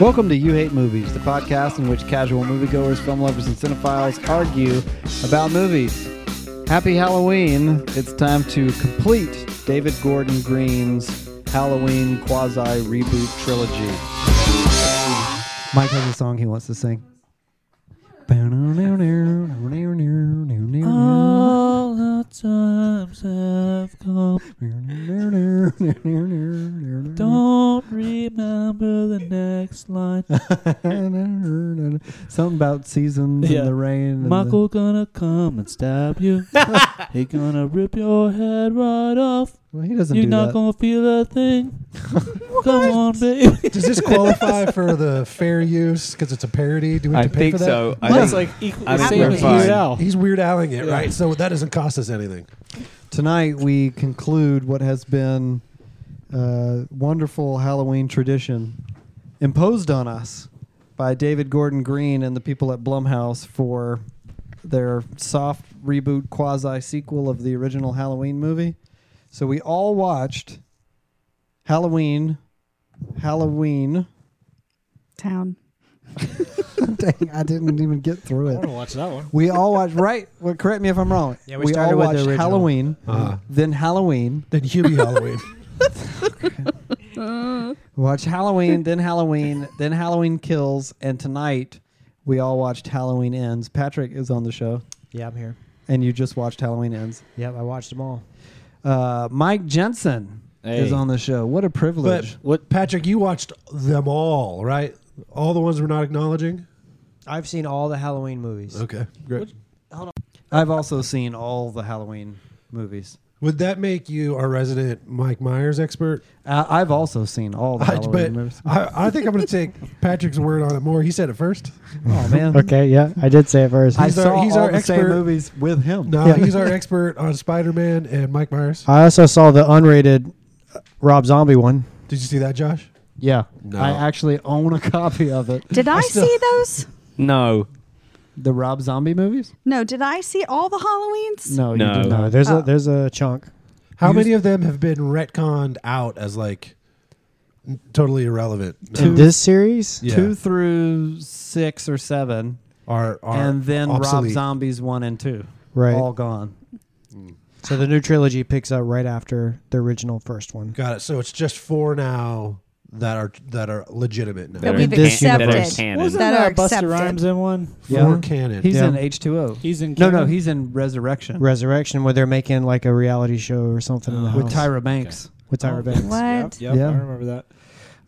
Welcome to You Hate Movies, the podcast in which casual moviegoers, film lovers, and cinephiles argue about movies. Happy Halloween! It's time to complete David Gordon Green's Halloween quasi reboot trilogy. Mike has a song he wants to sing. All the times have come. Don't remember the next line. Something about seasons Yeah. and the rain. And the- Michael gonna come and stab you. he gonna rip your head right off. well, he doesn't You're do not that. gonna feel a thing. come on, baby. Does this qualify for the fair use because it's a parody? Do we have I to pay think for that? so. I Well, think it's like equal, I think same we're as fine. Weird Al. He's weird alling it, Yeah. right? So that doesn't cost us anything. Tonight we conclude what has been a wonderful Halloween tradition imposed on us by David Gordon Green and the people at Blumhouse for their soft reboot quasi sequel of the original Halloween movie. So we all watched Halloween, Halloween. town. Dang, I didn't even get through it. watch that one. We all watched right. Well, correct me if I'm wrong. Yeah, we started all with the watched original. Halloween, Uh-huh. then Halloween, Then Hubie Halloween. Watch Halloween, then Halloween, then Halloween Kills, and tonight we all watched Halloween Ends. Patrick is on the show, Yeah, I'm here. and you just watched Halloween Ends. Yep, I watched them all. Uh, Mike Jensen is Hey. on the show. What a privilege! but what, Patrick, you watched them all, right? All the ones we're not acknowledging. I've seen all the Halloween movies. Okay, great. I've also seen all the Halloween movies. Would that make you our resident Mike Myers expert? Uh, I've also seen all the I, Oh, Halloween but movies. I, I think I'm going to take Patrick's word on it more. He said it first. Oh man! Okay, yeah, I did say it first. I He's our- saw he's all our the same expert. movies with him. No, Yeah. he's our expert on Spider-Man and Mike Myers. I also saw the unrated uh, Rob Zombie one. Did you see that, Josh? Yeah, No. I actually own a copy of it. Did I, see those? no, The Rob Zombie movies? No, did I see all the Halloweens? No, you No. did No, not. there's Oh. a there's a chunk. How You- many of them have been retconned out as like n- totally irrelevant? Two- In this series, Yeah. Two through six or seven are, are and then Rob obsolete. Zombies one and two, right? all gone. So the new trilogy picks up right after the original first one. Got it. So it's just four now that are that are legitimate now. That we've This accepted. that are canon. Wasn't that are Buster accepted. Rhymes in one? Four Yeah. canon. He's Yeah. in H two O. He's in. No, no, canon? he's in Resurrection Resurrection, where they're making like a reality show or something in the Oh. with house. Tyra Banks. with Oh. Tyra Banks. What? Yep, Yeah. I remember that.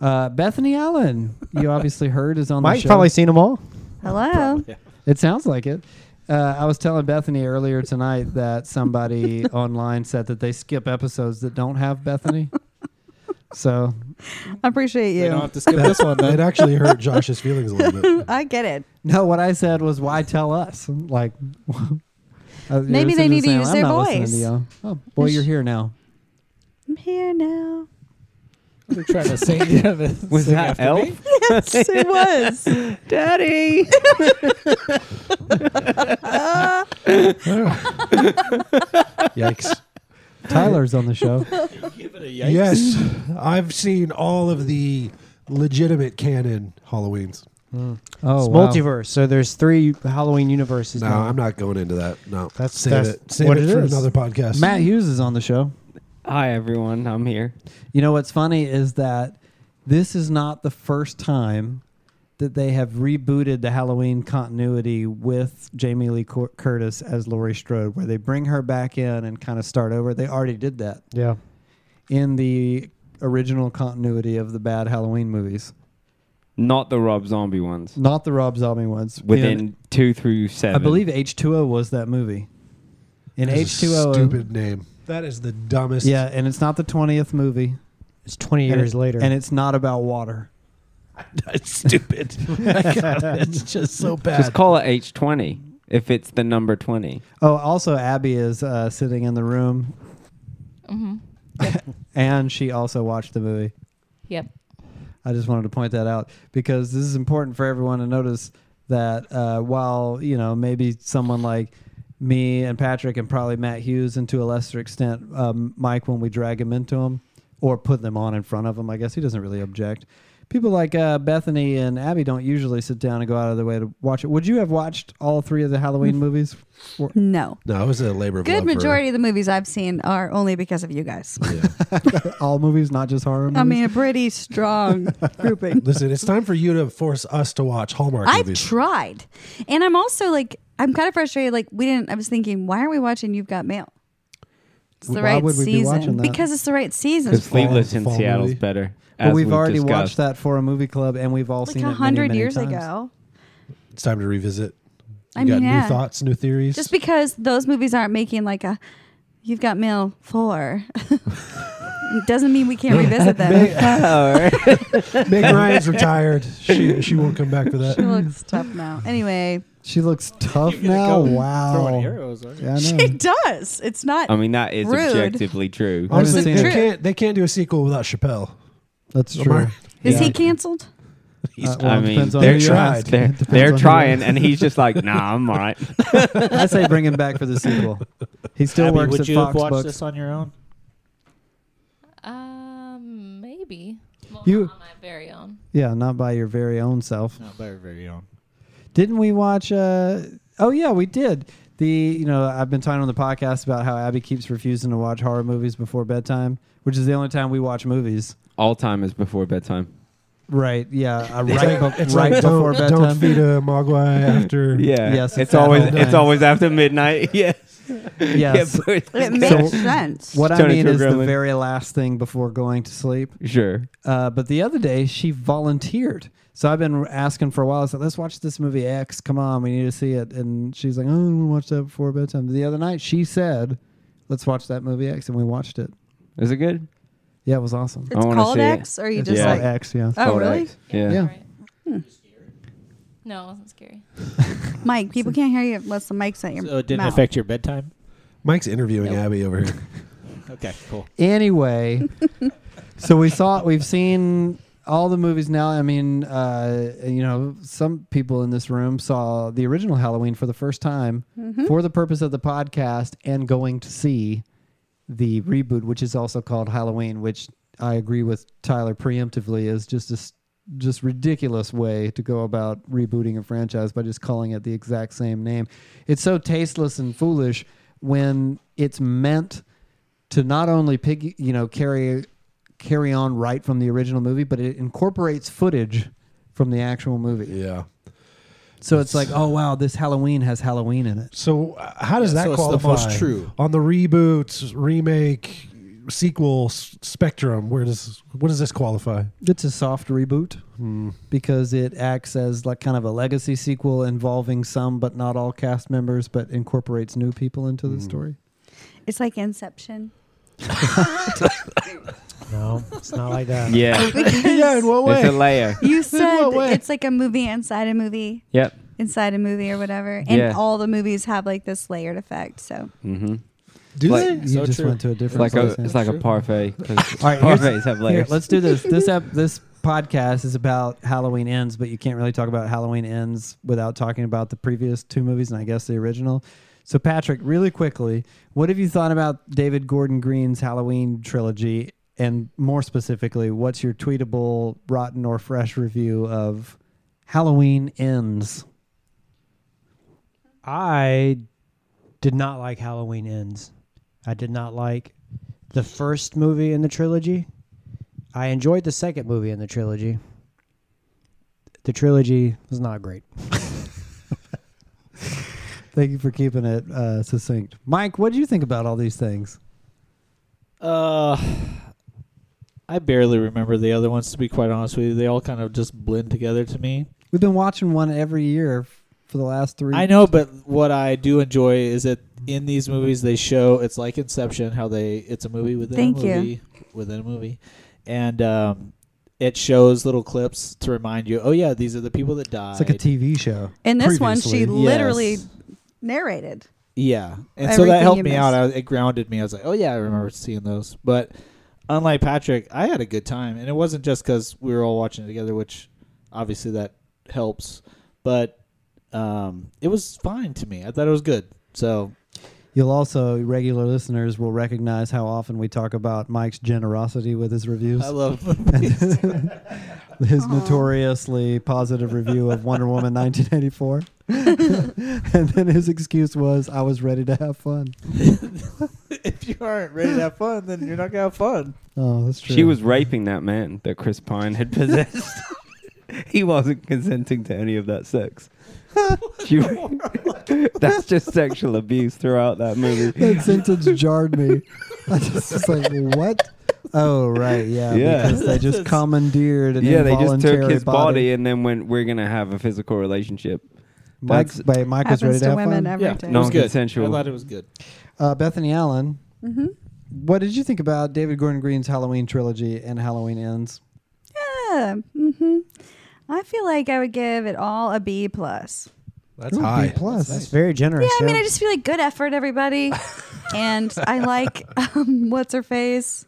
Uh, Bethany Allen, you obviously heard, is on the Mike's show. probably seen them all. Hello. It sounds like it. Uh, I was telling Bethany earlier tonight that somebody online said that they skip episodes that don't have Bethany. so I appreciate They don't you. have to skip this one it then. actually hurt Josh's feelings a little bit. I get it. no, what I said was, why tell us? Like, I was- Maybe they need to saying, use "I'm their not listening to voice." y'all." Oh, boy, you're here now. I'm here now. They're trying to sing. Yeah, they Was sing that after me. Elf? Yes, it was. Daddy. Yikes. Tyler's on the show. Yes, I've seen all of the legitimate canon Halloweens. Oh, it's wow. multiverse. So there's three Halloween universes No, now. I'm not going into that. No, That's- save that's it. Save what it, it for is. another podcast. Matt Hughes is on the show. Hi everyone, I'm here. You know what's funny is that this is not the first time that they have rebooted the Halloween continuity with Jamie Lee Cur- Curtis as Laurie Strode, where they bring her back in and kind of start over. They already did that yeah, in the original continuity of the bad Halloween movies, Not the Rob Zombie ones. not the Rob Zombie ones. Within In- two through seven, I believe H2O was that movie. In That's a H2O, Stupid name. That is the dumbest. yeah, and it's not the twentieth movie. it's 20 And years it- later. and it's not about water. That's stupid. it's just so bad. Just call it H twenty if it's the number twenty. Oh, also Abby is uh, sitting in the room, Mm-hmm. and she also watched the movie. Yep. I just wanted to point that out because this is important for everyone to notice that uh, while you know maybe someone like me and Patrick and probably Matt Hughes and to a lesser extent um, Mike when we drag him into him or put them on in front of him, I guess he doesn't really object. people like uh, Bethany and Abby don't usually sit down and go out of their way to watch it. Would you have watched all three of the Halloween movies? No. No, it was a labor of Good love for- majority of the movies I've seen are only because of you guys. Yeah. All movies, not just horror movies? I mean, a pretty strong grouping. Listen, it's time for you to force us to watch Hallmark I've movies. tried. And I'm also like, I'm kind of frustrated. Like, we didn't, I was thinking, why are we watching You've Got Mail? It's the Why right would we be watching season. that? Because it's the right season. Because Sleepless in fall Seattle's movie. better. but as we've already discussed. watched that for a movie club and we've all Like seen a it. many, hundred many years times. ago. it's time to revisit. You I got mean, new yeah. thoughts, new theories. Just because those movies aren't making like a You've Got Mail 4 doesn't mean we can't revisit them. Meg Ryan's retired. She she won't come back for She that. looks tough now. Anyway, She looks tough now. Wow. Yeah, I know. Um, she does. It's not. I mean, that is Rude. objectively true. I haven't Honestly, seen they it. can't they can't do a sequel without Chappelle. That's Am I true. right? is Yeah. he canceled? He's Uh, well, I it mean, depends on they're who you trying. ask. They're, It depends they're on who you trying, ask. and he's just like, nah, I'm all right. I say bring him back for the sequel. He still Abby, works would at you Fox have watched Books. this on your own? Um, maybe. Well, You- not on my very own. Yeah, not by your very own self. Not by your very own. Didn't we watch? Uh, oh yeah, we did. The you know I've been talking on the podcast about how Abby keeps refusing to watch horror movies before bedtime, which is the only time we watch movies. All time is before bedtime. Right? Yeah, uh, It's right, like- be- it's right like, before don't, bedtime. Don't feed a mogwai after. Yeah. Yes, it's It's that always whole it's thing. always after midnight. Yes. Yes. Yeah, It but- makes So- sense. what I Turn mean into a is the gremlin. very last thing before going to sleep. sure. Uh, but the other day she volunteered. So I've been asking for a while. I said, let's watch this movie X. Come on, we need to see it. And she's like, oh, we watch that before bedtime. The other night she said, let's watch that movie X. And we watched it. Is it good? Yeah, it was awesome. It's I wanna called see it. X, or you It's just Yeah. called like X, yeah. Oh, Called really? X. Yeah. Yeah. you're Right. No, it wasn't scary. Mike? People can't hear you unless the mic's at your So it didn't mouth. affect your bedtime? Mike's interviewing Nope. Abby over here. Okay, cool. Anyway, so we saw we've seen all the movies now. I mean, uh, you know, some people in this room saw the original Halloween for the first time Mm-hmm. for the purpose of the podcast and going to see the reboot, which is also called Halloween, which I agree with Tyler preemptively is just a s- just ridiculous way to go about rebooting a franchise by just calling it the exact same name. It's so tasteless and foolish when it's meant to not only pig, you know, carry carry on right from the original movie, but it incorporates footage from the actual movie. Yeah. So it's like, oh wow, this Halloween has Halloween in it. So uh, how does Yeah, that so it's the qualify? most true. on the reboot, remake, sequel s- spectrum. Where does what does this qualify? It's a soft reboot Hmm, because it acts as like kind of a legacy sequel involving some but not all cast members, but incorporates new people into the story. It's like Inception. No, it's not like that. Yeah. yeah, in what It's a way? layer. You said way? it's like a movie inside a movie, Yep. inside a movie or whatever, and Yeah. all the movies have like this layered effect. So Mm-hmm. Do Like- they? You So just true. went to a It's different like a place. it's like a parfait. 'cause All right, here's- parfaits have Here, layers. let's do this. This ep- this podcast is about Halloween ends, but you can't really talk about Halloween ends without talking about the previous two movies and I guess the original. So Patrick, really quickly, what have you thought about David Gordon Green's Halloween trilogy? And more specifically, what's your tweetable, rotten or fresh review of Halloween Ends? I did not like Halloween Ends. I did not like the first movie in the trilogy. I enjoyed the second movie in the trilogy. The trilogy was not great. Thank you for keeping it uh, succinct, Mike. What do you think about all these things? Uh, I barely remember the other ones, to be quite honest with you. They all kind of just blend together to me. We've been watching one every year f- for the last three. I know, but what I do enjoy is that in these movies they show it's like Inception, how they it's a movie within Thank a you. movie within a movie, and um, it shows little clips to remind you. Oh yeah, these are the people that died. It's like a TV show. in this one, she Previously. literally Yes. narrated. Yeah, and so Everything that helped you me out. I, it grounded me. I was like, oh yeah, I remember seeing those. But unlike Patrick, I had a good time, and it wasn't just because we were all watching it together, which obviously that helps. But um, it was fine to me. I thought it was good. So You'll also, regular listeners will recognize how often we talk about Mike's generosity with his reviews. I love movies. his notoriously positive review of Wonder Woman 1984. and then his excuse was, I was ready to have fun. if you aren't ready to have fun, then you're not gonna have fun. Oh, that's true. She was raping that man that Chris Pine had possessed. he wasn't consenting to any of that sex. She- that's just sexual abuse throughout that movie. That sentence jarred me. I just was like, what? Oh, right. Yeah. Yeah. Because they just commandeered an yeah, they just took involuntary his body, and then went, "We're gonna have a physical relationship." Mike's, That's- ba- Mike was ready Happens to, to have women fun. every Yeah. day. No. I Non-consensual. thought it was good. Uh, Bethany Allen, hmm what did you think about David Gordon Green's Halloween trilogy and Halloween Ends? Yeah. hmm I feel like I would give it all a B plus. That's Ooh, B high. plus. That's very generous. Yeah, I mean, yeah. I just feel like good effort, everybody. and I like um, what's her face.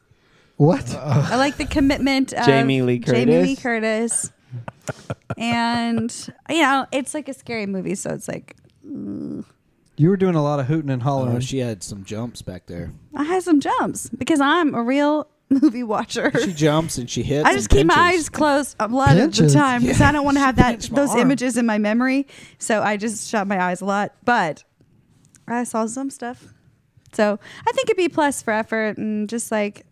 What? I like the commitment of Jamie Lee Jamie Lee Curtis. Curtis. and you know, it's like a scary movie, so it's like mm. you were doing a lot of hooting and hollering. Oh, she had some jumps back there. I had some jumps because I'm a real movie watcher. She jumps and she hits. I just and keep my pinches. eyes closed a lot of Pinches. the time because I don't want to have that pinched my those arm. images in my memory. So I just shut my eyes a lot, but I saw some stuff. So I think it'd be plus for effort and just like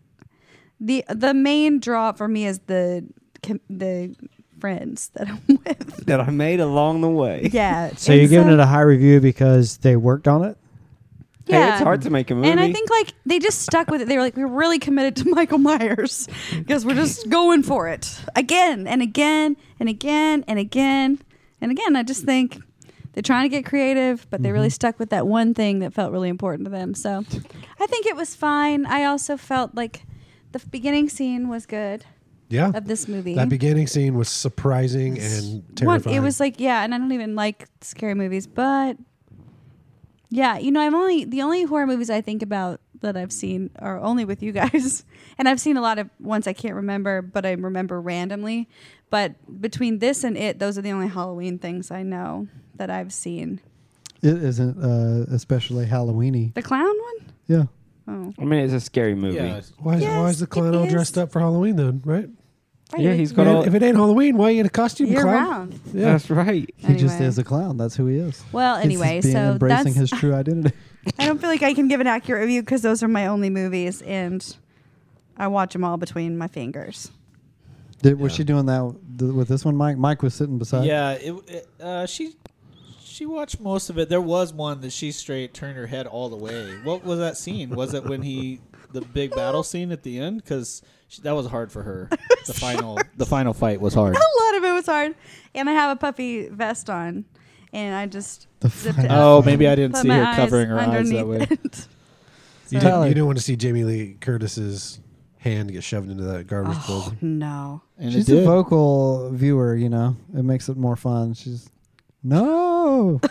the the main draw for me is the com- the friends that I'm with. That I made along the way. Yeah. So you're and giving it a high review because they worked on it. Hey, it's hard to make a movie. And I think like they just stuck with it. They were like, we're really committed to Michael Myers because we're just going for it again and again and again and again and again. I just think they're trying to get creative, but they really stuck with that one thing that felt really important to them. So I think it was fine. I also felt like the beginning scene was good Yeah. of this movie. That beginning scene was surprising and One- terrifying. it was like yeah, and I don't even like scary movies, but yeah, you know, I'm only the only horror movies I think about that I've seen are only with you guys, and I've seen a lot of ones I can't remember, but I remember randomly. But between this and it, those are the only Halloween things I know that I've seen. It isn't uh, especially Halloweeny. The clown one. Yeah. Oh, I mean, it's a scary movie. Yeah. why is, why Yes, is the clown it all is. dressed up for Halloween then, right? right, Yeah, like, he's If got it all. ain't- if it ain't Halloween, why you in a costume, year clown? round. Yeah. That's right. He just Anyway. is a clown. That's who he is. Well, He's just anyway, being so embracing that's his true identity. I don't feel like I can give an accurate review because those are my only movies, and I watch them all between my fingers. Did, Was she doing that th- with this one, Mike? Mike was sitting beside. Yeah, it, it, uh, she she watched most of it. There was one that she straight turned her head all the way. What was that scene? Was it when he the big battle scene at the end? Because that was hard for her. The final the final fight was hard. a lot of it was hard. And I have a puffy vest on, and I just The zipped fuck? it up. Oh, maybe I didn't Put see my her covering her eyes that underneath way. it. You, So- didn't, you didn't want to see Jamie Lee Curtis's hand get shoved into that garbage Oh, bowl. no. And She's it a did. vocal viewer, you know. It makes it more fun. She's no.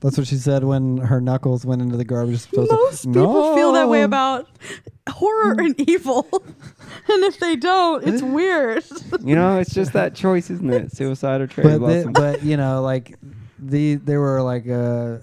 That's what she said when her knuckles went into the garbage disposal. Most people feel that way No. about horror and evil. and if they don't, it's weird. You know, it's just that choice, isn't it? Suicide or cherry But the, blossom. but you know, like the there were like uh,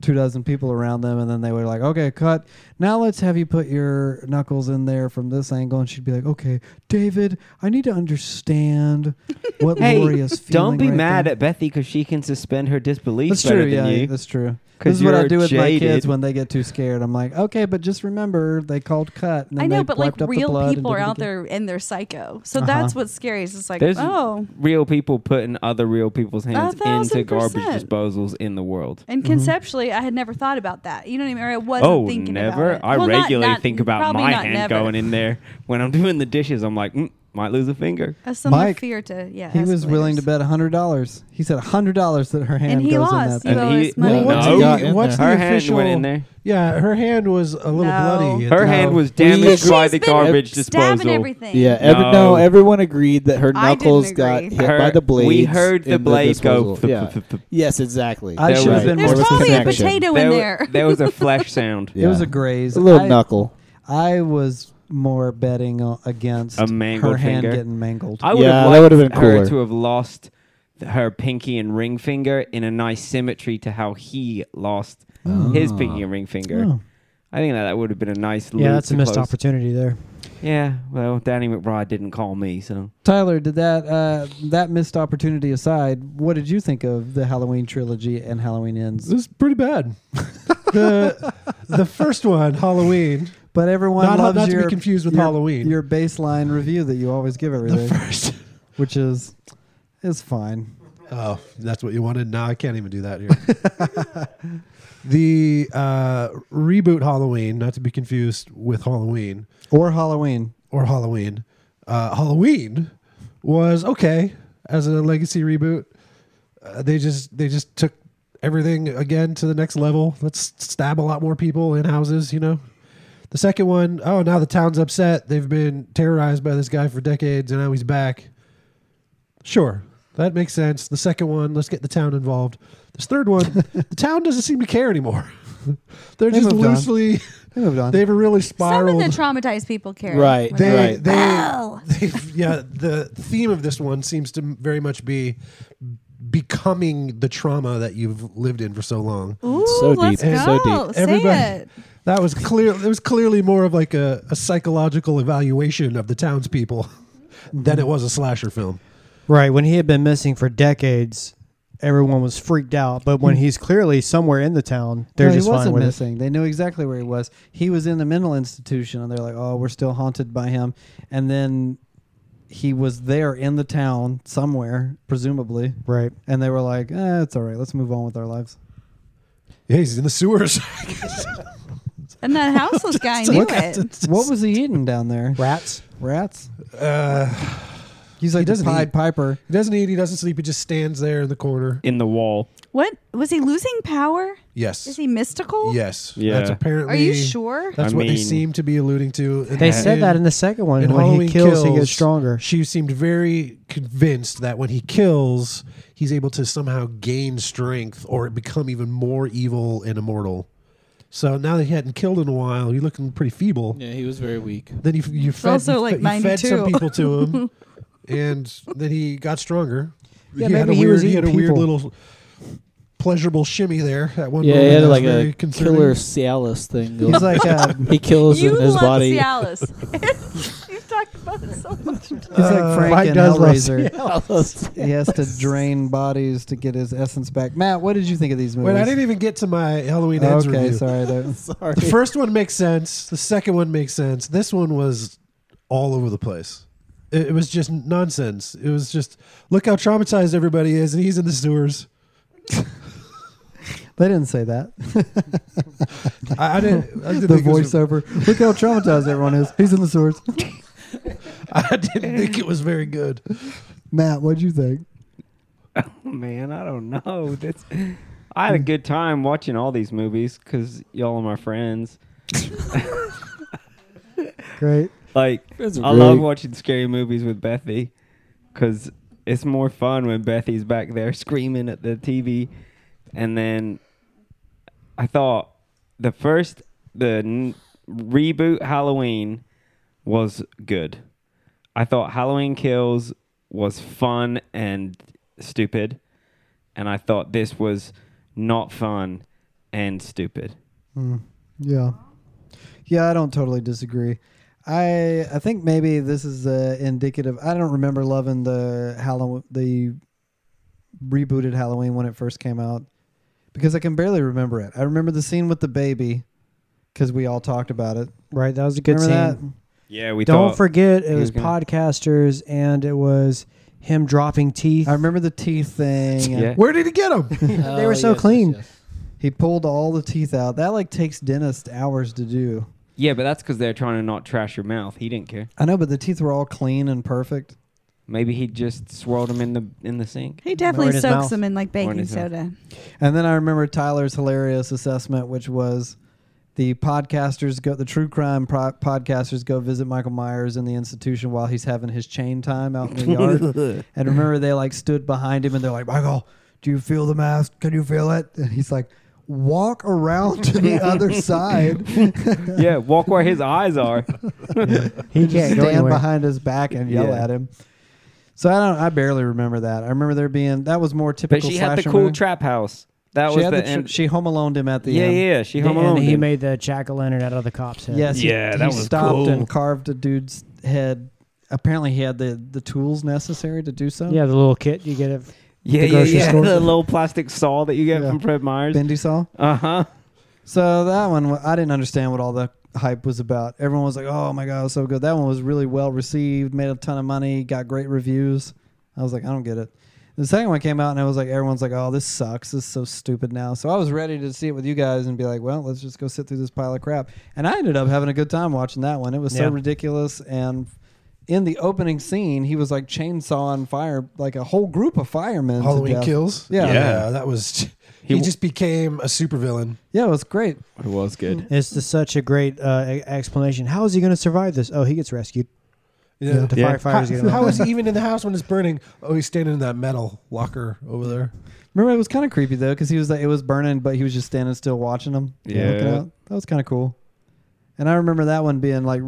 two dozen people around them, and then they were like, "Okay, cut. Now let's have you put your knuckles in there from this angle." And she'd be like, "Okay, David, I need to understand what hey, Lori is feeling." don't be right mad now." at Bethy because she can suspend her disbelief That's better true. Yeah, than you. that's true. 'Cause This is what I you're do with my kids jaded. when they get too scared. I'm like, okay, but just remember they called cut. And then I they know, but like wiped up the blood real and people are did it out again. there and they're psycho. So Uh-huh. that's what's scary. Is it's like, There's- oh, Real people putting other real people's hands into thousand garbage percent. disposals in the world. Mm-hmm. And conceptually, I had never thought about that. You know what I mean? Or I wasn't Oh, thinking never! about it. I Well, not- regularly not- think about probably my not hand never. going in there when I'm doing the dishes. I'm like, mm, might lose a finger. A similar Mike, fear to yeah. He was willing to escalators. bet hundred dollars. He said hundred dollars that her hand he goes lost. in He that. thing. lost. Well, it's my- no, Well, what's She got the, in what's there. the her hand official? went in there. Yeah, her hand was a little No. bloody. at Her the- hand was Because damaged by she's the been garbage stabbing disposal. everything. Yeah, every, no. No. everyone agreed that her I didn't knuckles got agree. hit by Her- the blade. we heard the blade go Yeah. thup, thup, thup, thup. Yes, exactly. I There should have was- been There's more was probably a connection. potato There in wa- there. there was a flash sound. It was Yeah. a graze. A little I, knuckle. I was more betting o- against A mangled her hand finger. getting mangled. I would Yeah, that have liked would've been cooler. her to have lost th- her pinky and ring finger in a nice symmetry to how he lost his pinky and ring finger. Oh. I think that, that would have been a nice. Yeah, loop that's a to missed close. opportunity there. Yeah, well, Danny McBride didn't call me, so Tyler, did that uh, that missed opportunity aside? What did you think of the Halloween trilogy and Halloween Ends? This is pretty bad. the the first one, Halloween. But everyone Not, loves not your, to be confused with your- Halloween. Your baseline review that you always give the everything, first. which is is fine. Oh, that's what you wanted. No, I can't even do that here. the uh, reboot Halloween, not to be confused with Halloween Or Halloween. or Halloween. Uh, Halloween was okay as a legacy reboot. Uh, they just they just took everything again to the next level. Let's stab a lot more people in houses, you know. The second one, oh, now the town's upset. They've been terrorized by this guy for decades, and now he's back. Sure, that makes sense. The second one, let's get the town involved. This third one, the town doesn't seem to care anymore. They're They just moved on. loosely. We moved on. They've really Some of spiraled. the traumatized people care. Right, Like, They, Right. they, Wow. they, yeah. The theme of this one seems to m- very much be becoming the trauma that you've lived in for so long. Ooh, So let's deep. go. So deep. Say Everybody- it. That was clear. It was clearly more of like a, a psychological evaluation of the townspeople than it was a slasher film. Right, when he had been missing for decades, everyone was freaked out. But when he's clearly somewhere in the town, they're Hmm. no, just he fine wasn't with it. missing. They knew exactly where he was. He was in the mental institution, and they're like, "Oh, we're still haunted by him." And then he was there in the town somewhere, presumably, Right. and they were like, eh, "It's all right. Let's move on with our lives." Yeah, he's in the sewers. And that houseless guy knew it. What was he eating down there? Rats. Rats. uh, He's like the doesn't Pied eat. Piper. he doesn't eat. He doesn't sleep. He just stands there in the corner. in the wall. What was he losing power? Yes. Is he mystical? yes. Yeah. That's apparently. Are you sure? That's I what they mean- seem to be alluding to. They said that in the second one. And when Halloween he kills, he Kills- gets stronger. She seemed very convinced that when he kills, he's able to somehow gain strength or become even more evil and immortal. So now that he hadn't killed in a while, he's looking pretty feeble. Yeah, he was very weak. Then you f- you fed, also you like fed, you fed some 92. people to him, and then he got stronger. Yeah, he had a maybe he weird, was had a eating weird people. little pleasurable shimmy there at one Yeah, moment. he had Oh, That was like a very concerning. killer Cialis thing. He's like uh, a, he kills You in his love body. Cialis. You've talked about it so much. he's like Frank uh, Mike in does love Hellraiser. Cialis. He has to drain bodies to get his essence back. Matt, what did you think of these movies? Wait, I didn't even get to my Halloween ends Okay, review. sorry. there- Sorry. The first one makes sense. The second one makes sense. This one was all over the place. It, it was just nonsense. It was just look how traumatized everybody is, and he's in the sewers. They didn't say that. I, I didn't. I didn't The think it was- voiceover. Look how traumatized everyone is. He's in the swords. I didn't think it was very good. Matt, what'd you think? Oh, Man, I don't know. That's I had a good time watching all these movies because y'all are my friends. Great. Like, That's I love great. watching scary movies with Bethy because it's more fun when Bethy's back there screaming at the TV. And then I thought the first, the n- reboot Halloween was good. I thought Halloween Kills was fun and stupid. And I thought this was not fun and stupid. Yeah. Yeah, I don't totally disagree. I I think maybe this is uh, indicative. I don't remember loving the Halloween, the rebooted Halloween when it first came out because I can barely remember it. I remember the scene with the baby because we all talked about it. Right, that was a good remember that? scene. Yeah, we Don't thought. forget, it he was was gonna- podcasters and it was him dropping teeth. I remember the teeth thing. and Yeah. Where did he get him? They Oh, were so clean. He pulled all the teeth out. That like takes dentists hours to do. yeah, but that's because they're trying to not trash your mouth. He didn't care. I know, but the teeth were all clean and perfect. Maybe he just swirled him in the in the sink. He definitely in his soaks mouth. them in like baking his mouth. soda. And then I remember Tyler's hilarious assessment, which was the podcasters go, the true crime pro- podcasters go visit Michael Myers in the institution while he's having his chain time out in the yard. and remember, they like stood behind him and they're like, Michael, do you feel the mask? Can you feel it? And he's like, walk around to the other side. yeah, walk where his eyes are. He just can't go stand anywhere. behind his back and yell Yeah. at him. So I don't. I barely remember that. I remember there being that was more typical. But she had the slasher cool movie. trap house. That she was had the, tr- end. she home alone him at the yeah, end. yeah. She home and alone. he him. made the jack o' lantern out of the cop's head. Yes. he- Yeah, he, that was stopped cool. and carved a dude's head. Apparently, he had the, the tools necessary to do so. Yeah, the little kit you get it. yeah, the yeah, grocery yeah. store. The little plastic saw that you get Yeah. from Fred Meyer's. Bendy saw. Uh huh. So that one, wa- I didn't understand what all the hype was about. Everyone was like, "Oh my god, it was so good!" That one was really well received, made a ton of money, got great reviews. I was like, "I don't get it." The second one came out, and I was like, "Everyone's like, oh, this sucks. This is so stupid now." So I was ready to see it with you guys and be like, "Well, let's just go sit through this pile of crap." And I ended up having a good time watching that one. It was so Yeah. ridiculous and. In the opening scene, he was like chainsawing fire, like a whole group of firemen. to Halloween death. Kills. Yeah. yeah, that was. He, w- just became a supervillain. Yeah, it was great. It was good. It's the, such a great uh, e- explanation. How is he going to survive this? Oh, he gets rescued. Yeah. The Yeah. firefighters get How- him. how out. is he even in the house when it's burning? Oh, he's standing in that metal locker over there. Remember, it was kind of creepy though, because he was like, it was burning, but he was just standing still watching them. Yeah. looking out. that was kind of cool. And I remember that one being like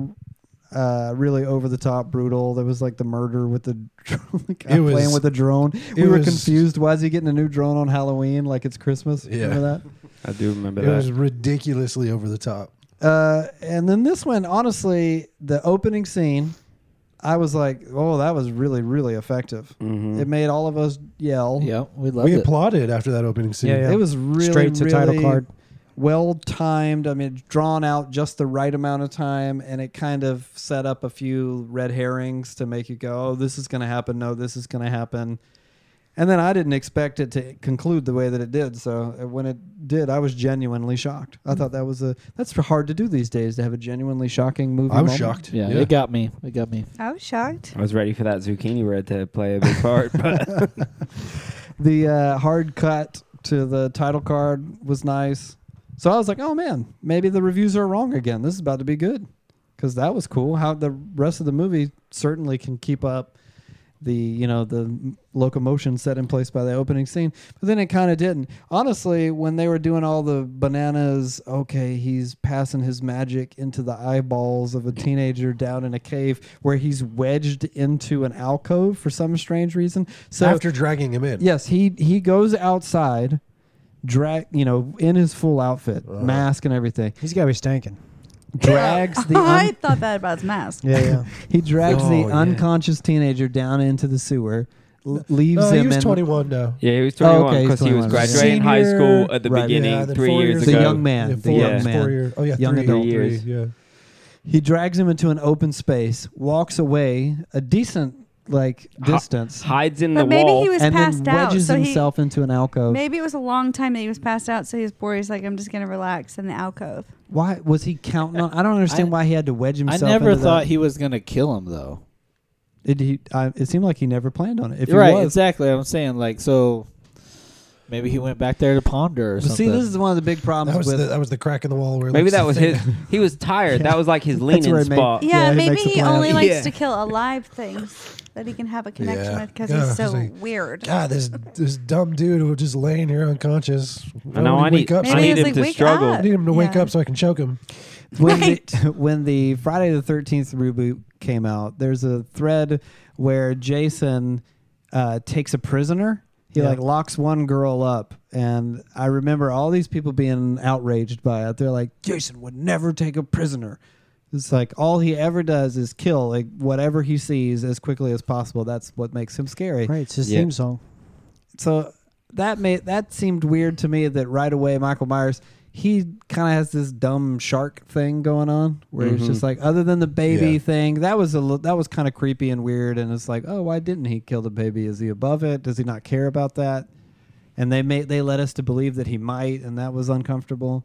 uh, really over the top, brutal. There was like the murder with the drone, the guy It was- playing with the drone. We it were was- confused. Why is he getting a new drone on Halloween? Like it's Christmas. Yeah. Remember that? I do remember It was that. ridiculously over the top. Uh, and then this one, honestly, the opening scene, I was like, oh, that was really, really effective. Mm-hmm. Mhm. It made all of us yell. Yeah, we loved We it. applauded after that opening scene. Yeah, yeah. It was really Straight to really title card. well timed. I mean, drawn out just the right amount of time, and it kind of set up a few red herrings to make you go, "Oh, this is going to happen. No, this is going to happen." And then I didn't expect it to conclude the way that it did. So uh, when it did, I was genuinely shocked. Hmm. I thought that was a that's hard to do these days to have a genuinely shocking movie. I moment. was shocked. yeah, it got me. It got me. I was shocked. I was ready for that zucchini red to play a big part, but The uh, hard cut to the title card was nice. So I was like, oh man, maybe the reviews are wrong again. This is about to be good. Because that was cool. How the rest of the movie certainly can keep up the you know the m- locomotion set in place by the opening scene but then it kind of didn't honestly when they were doing all the bananas okay he's passing his magic into the eyeballs of a teenager down in a cave where he's wedged into an alcove for some strange reason so after dragging him in. Yes, he he goes outside, drag you know in his full outfit, mask and everything. He's got to be stanking. Drags the Oh, I un- thought that about his mask. Yeah, yeah. he drags Oh, the yeah. unconscious teenager down into the sewer, l- leaves No, him. Oh, he was in- 21 now. yeah, he was Oh, 21 okay, he's because he was 21, graduating yeah. high school Senior, at the right, beginning yeah, then three four years years ago. The young man, the four young years, man. Four year, oh, yeah, Young three, adult. three, Years. yeah. He drags him into an open space, walks away a decent like Hi- distance, hides in But the maybe wall. he was and then passed out. wedges So he, himself into an alcove. maybe it was a long time that he was passed out. So he was bored. He's like, I'm just going to relax in the alcove. Why was he counting on? I don't understand I- why he had to wedge I himself. never into the- thought he was gonna kill him though. It, he, I, it seemed like he never planned on it. If he right, was, exactly. I'm saying like so. Maybe he went back there to ponder or But see, something. this is one of the big That problems was, with the, that was the crack in the wall. Where it maybe looks that the was thing. his. He was tired. That was like his where leaning it made- spot. Yeah, Yeah, he maybe makes the he plan. only likes Yeah. to kill alive things that he can have a connection Yeah. with because Yeah, he's so he's like, weird. God, this this dumb dude who was just laying here unconscious. I know. wanna I wake need. up. I Maybe need it's him like, to wake struggle. up. I need him to wake Yeah. up so I can choke him. when the when the Friday the Thirteenth reboot came out, there's a thread where Jason uh, takes a prisoner. He Yeah. like locks one girl up, and I remember all these people being outraged by it. They're like, Jason would never take a prisoner. It's like all he ever does is kill like whatever he sees as quickly as possible. That's what makes him scary Right, it's his Yeah. theme song. so that made that seemed weird to me that right away Michael Myers he kind of has this dumb shark thing going on where it's Mm-hmm. just like other than the baby Yeah. thing that was a li- that was kind of creepy and weird and it's like oh why didn't he kill the baby is he above it does he not care about that and they made they led us to believe that he might and that was uncomfortable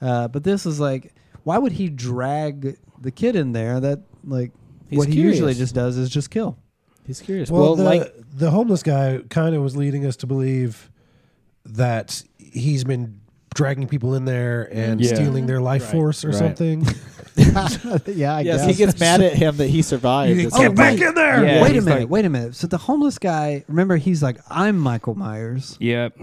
uh, but this is like why would he drag the kid in there that like He's what he usually curious. just does is just kill He's curious. Well, Well, the, like the homeless guy kind of was leading us to believe that he's been dragging people in there and Yeah. stealing their life Right. force or Right. something. yeah I yes, he gets mad at him that he survived. Oh, It's "Get like, back in there! Oh, Yeah, wait a he's minute, like- wait a minute. So the homeless guy, remember, he's like, "I'm Michael Myers." Yep.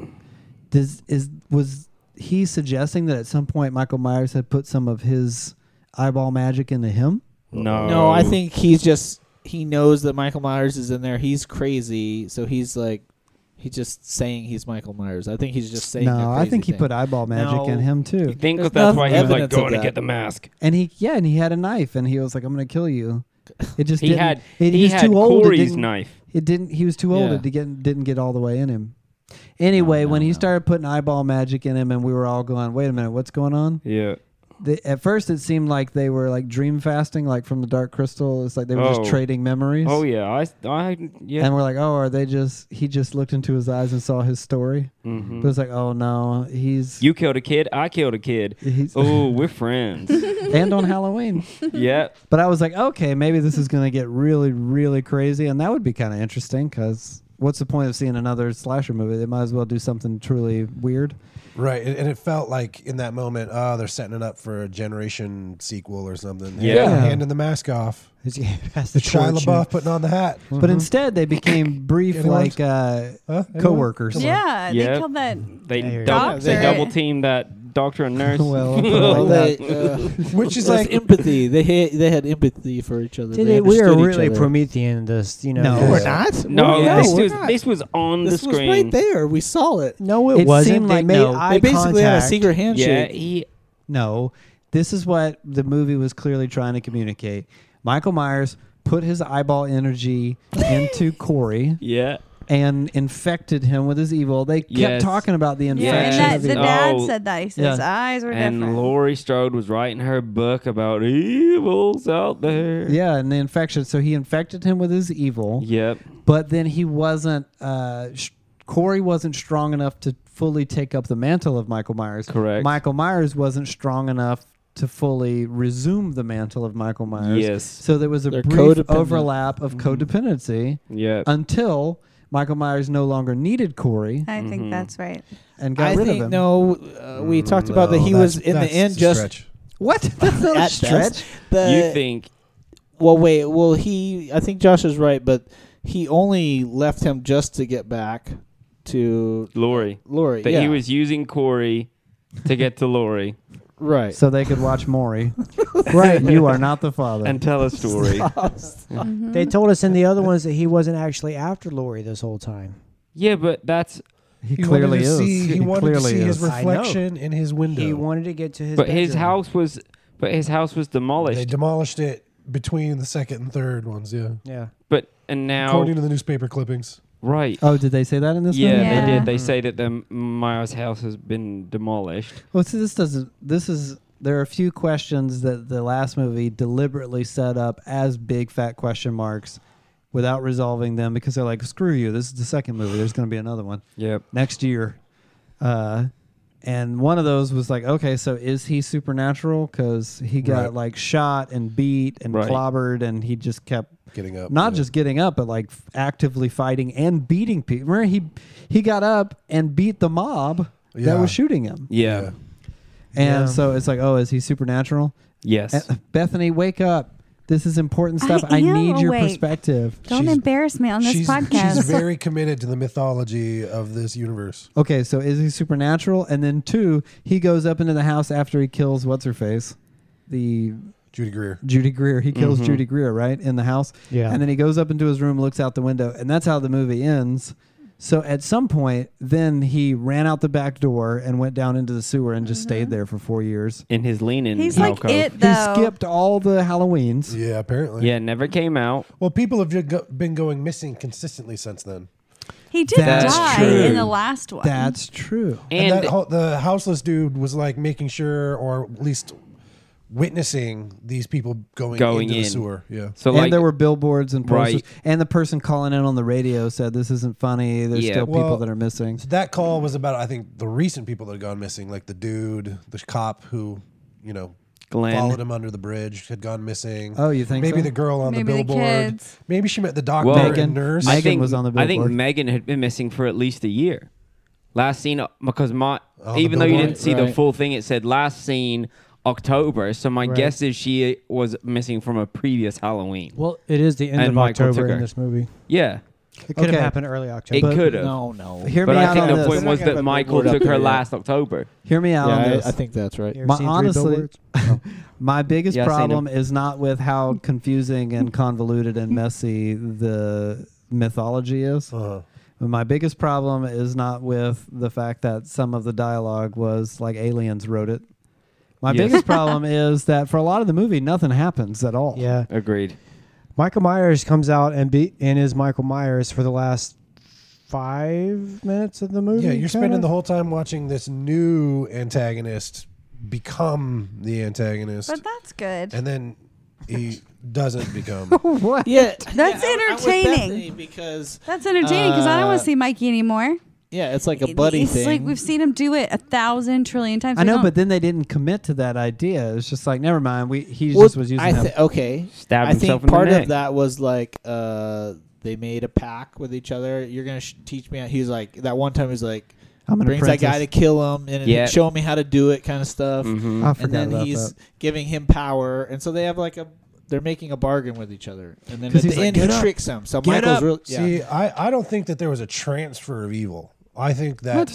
Does is was he suggesting that at some point Michael Myers had put some of his eyeball magic into him? No. No, I think he's just he knows that Michael Myers is in there. He's crazy, so he's like He's just saying he's Michael Myers. I think he's just saying. No, that I crazy think he thing. put eyeball magic No. in him too. You think There's that that's nothing- why he was like evidence of going to that. get the mask? And he, yeah, and he had a knife, and he was like, "I'm gonna kill you." It just He didn't, had It, he was had too old. It Corey's didn't, knife. it didn't. He was too old. Yeah. It didn't didn't get all the way in him. Anyway, no, when he no. started putting eyeball magic in him, and we were all going, "Wait a minute, what's going on?" Yeah. The, at first, it seemed like they were like dream fasting, like from the Dark Crystal. It's like they were Oh. just trading memories. Oh yeah. I I yeah. And we're like, "Oh, are they just?" He just looked into his eyes and saw his story. Mhm. It was like, "Oh no, he's." You killed a kid. I killed a kid. He's, Oh, we're friends. and on Halloween. yep. But I was like, okay, maybe this is going to get really, really crazy, and that would be kind of interesting because what's the point of seeing another slasher movie? They might as well do something truly weird. Right, and, and it felt like in that moment, oh, they're setting it up for a generation sequel or something. Yeah. Yeah. handing the mask off. Pass The the Shia torch LaBeouf Mm-hmm. putting on the hat. But instead, they became brief, Anyone? like uh, Huh? Anyone? coworkers. Yeah, Yeah. they killed that. They There you double, they Doctor. double team that doctor and nurse. Well, put it Well, like they, that. uh, Which is there's like, empathy. They had, they had empathy for each other. Did They it, we are understood each really other. Promethean. This, you know. No, this- we're not. no, We're- this we're was not. this was on This the was screen. right there. We saw it. No, it, It wasn't. seemed they like made no. eye They basically had a contact. secret Yeah. handshake. He, No, this is what the movie was clearly trying to communicate. Michael Myers put his eyeball energy into Corey yeah. and infected him with his evil. They kept Yes. talking about the Yeah, infection. and Infection that, of the the- dad Oh. said that. He says Yeah. his eyes were And different. Laurie Strode was writing her book about evils out there. Yeah, and the infection. So he infected him with his evil, Yep. but then he wasn't. Uh, sh- Corey wasn't strong enough to fully take up the mantle of Michael Myers. Correct. Michael Myers wasn't strong enough to fully resume the mantle of Michael Myers. Yes. Mm-hmm. So there was a They're brief codependent. overlap of codependency Yep. until Michael Myers no longer needed Corey I think that's right. and got I rid think of him. no. Uh, we talked about that No, he Mm, that's- was in the that's end a just stretch. What? That's not a at stretch. best. The, you think Well, wait. Well, he. I think Josh is right, but he only left him just to get back to Lori Lori. that yeah, he was using Corey to get to Lori right. So they could watch Maury. right. You are not the father. and tell a story? They told us in the other ones that he wasn't actually after Lori this whole time. yeah, but that's he, He clearly wanted to is. See, he, wanted clearly to see is. his I know. reflection in his window. He wanted to get to his. but his bedroom. house was but his house was demolished. they demolished it between the second and third ones. Yeah, Yeah. but and now according to the newspaper clippings. right. Oh, did they say that in this yeah, movie? Yeah. they did. They say that the M- Myers house has been demolished. Well, see, this doesn't. This is. There are a few questions that the last movie deliberately set up as big fat question marks, without resolving them because they're like, "Screw you! This is the second movie. There's going to be another one Yep. next year." Uh, and one of those was like, "Okay, so is he supernatural? Because he got Right. like shot and beat and Right. clobbered, and he just kept Getting up, not yeah. just getting up, but like f- actively fighting and beating people. Remember, he he got up and beat the mob that Yeah. was shooting him. Yeah. Yeah. And Yeah. so it's like, oh, is he supernatural? Yes. Uh, Bethany, wake up. This is important stuff. I, I am need your awake. perspective. Don't She's- embarrass me on this she's, podcast. she's very committed to the mythology of this universe. Okay, so is he supernatural? And then two, he goes up into the house after he kills what's her face? The Judy Greer. Judy Greer. He kills Judy Greer, right? In the house. Mm-hmm. Yeah. And then he goes up into his room, looks out the window, and that's how the movie ends. So at some point, then he ran out the back door and went down into the sewer and just stayed there for four years. In his leaning. He's like alcove. it Mm-hmm. though. He skipped all the Halloweens. Yeah, apparently. Yeah, never came out. Well, people have ju- go- been going missing consistently since then. He did That's die true. in the last one. That's true. And, And, that ho- the houseless dude was like making sure, or at least witnessing these people going, Going into in. the sewer. Yeah. so and like there were billboards and posters. Right. And the person calling in on the radio said, "This isn't funny. There's Yeah. still people Well- that are missing." So that call was about, I think, the recent people that had gone missing, like the dude, the cop who, you know, Glenn. followed him under the bridge, had gone missing. Oh, you think maybe so? the girl on Maybe the the billboard. kids. maybe she met the doctor Well, and Megan- nurse. Megan I think was on the I think billboard. Megan had been missing for at least a year. Last seen because my On the even though you billboard? didn't see the Right. full thing, it said last seen October. So my guess is she was missing from a previous Halloween. Well, it is the end And of Michael October took in her. this movie. Yeah, It could Okay. have happened early October. it could have. No, no. Hear But me I out think on the this. point They're was not gonna that put Michael Billboard took up her there yet. last October. Hear me out Yeah, on I, this. I think that's right. You ever My- seen three honestly- billboards? My biggest Yeah, I seen problem is not with how confusing and convoluted and messy the mythology is. Uh-huh. My biggest problem is not with the fact that some of the dialogue was like aliens wrote it. My Yes. biggest problem is that for a lot of the movie, nothing happens at all. Yeah. Agreed. Michael Myers comes out and be and is Michael Myers for the last five minutes of the movie. Yeah, you're spending kinda? the whole time watching this new antagonist become the antagonist, But that's good. and then he doesn't become. Yeah, That's yeah, I- I was entertaining. Bethany because That's entertaining because I don't want Uh, to see Mikey anymore. yeah, it's like a buddy it's thing. like we've seen him do it a thousand trillion times. oh, I We know, don't- but then they didn't commit to that idea. It's just like, never mind. We he Well, just was using I that. thi- okay. Stabbed I think himself in the part neck. of that was like uh, they made a pact with each other. You're gonna sh- teach me. how-" He's like that one time. He's like I'm an brings apprentice. that guy to kill him and Yeah. show me how to do it, kind of stuff. Mhm. I And forgot then about he's that. giving him power, and so they have like a they're making a bargain with each other. And then 'Cause at the he's like, end, he "Get up. tricks him. So Michael's up." real. Yeah. See, I, I don't think that there was a transfer of evil. I think that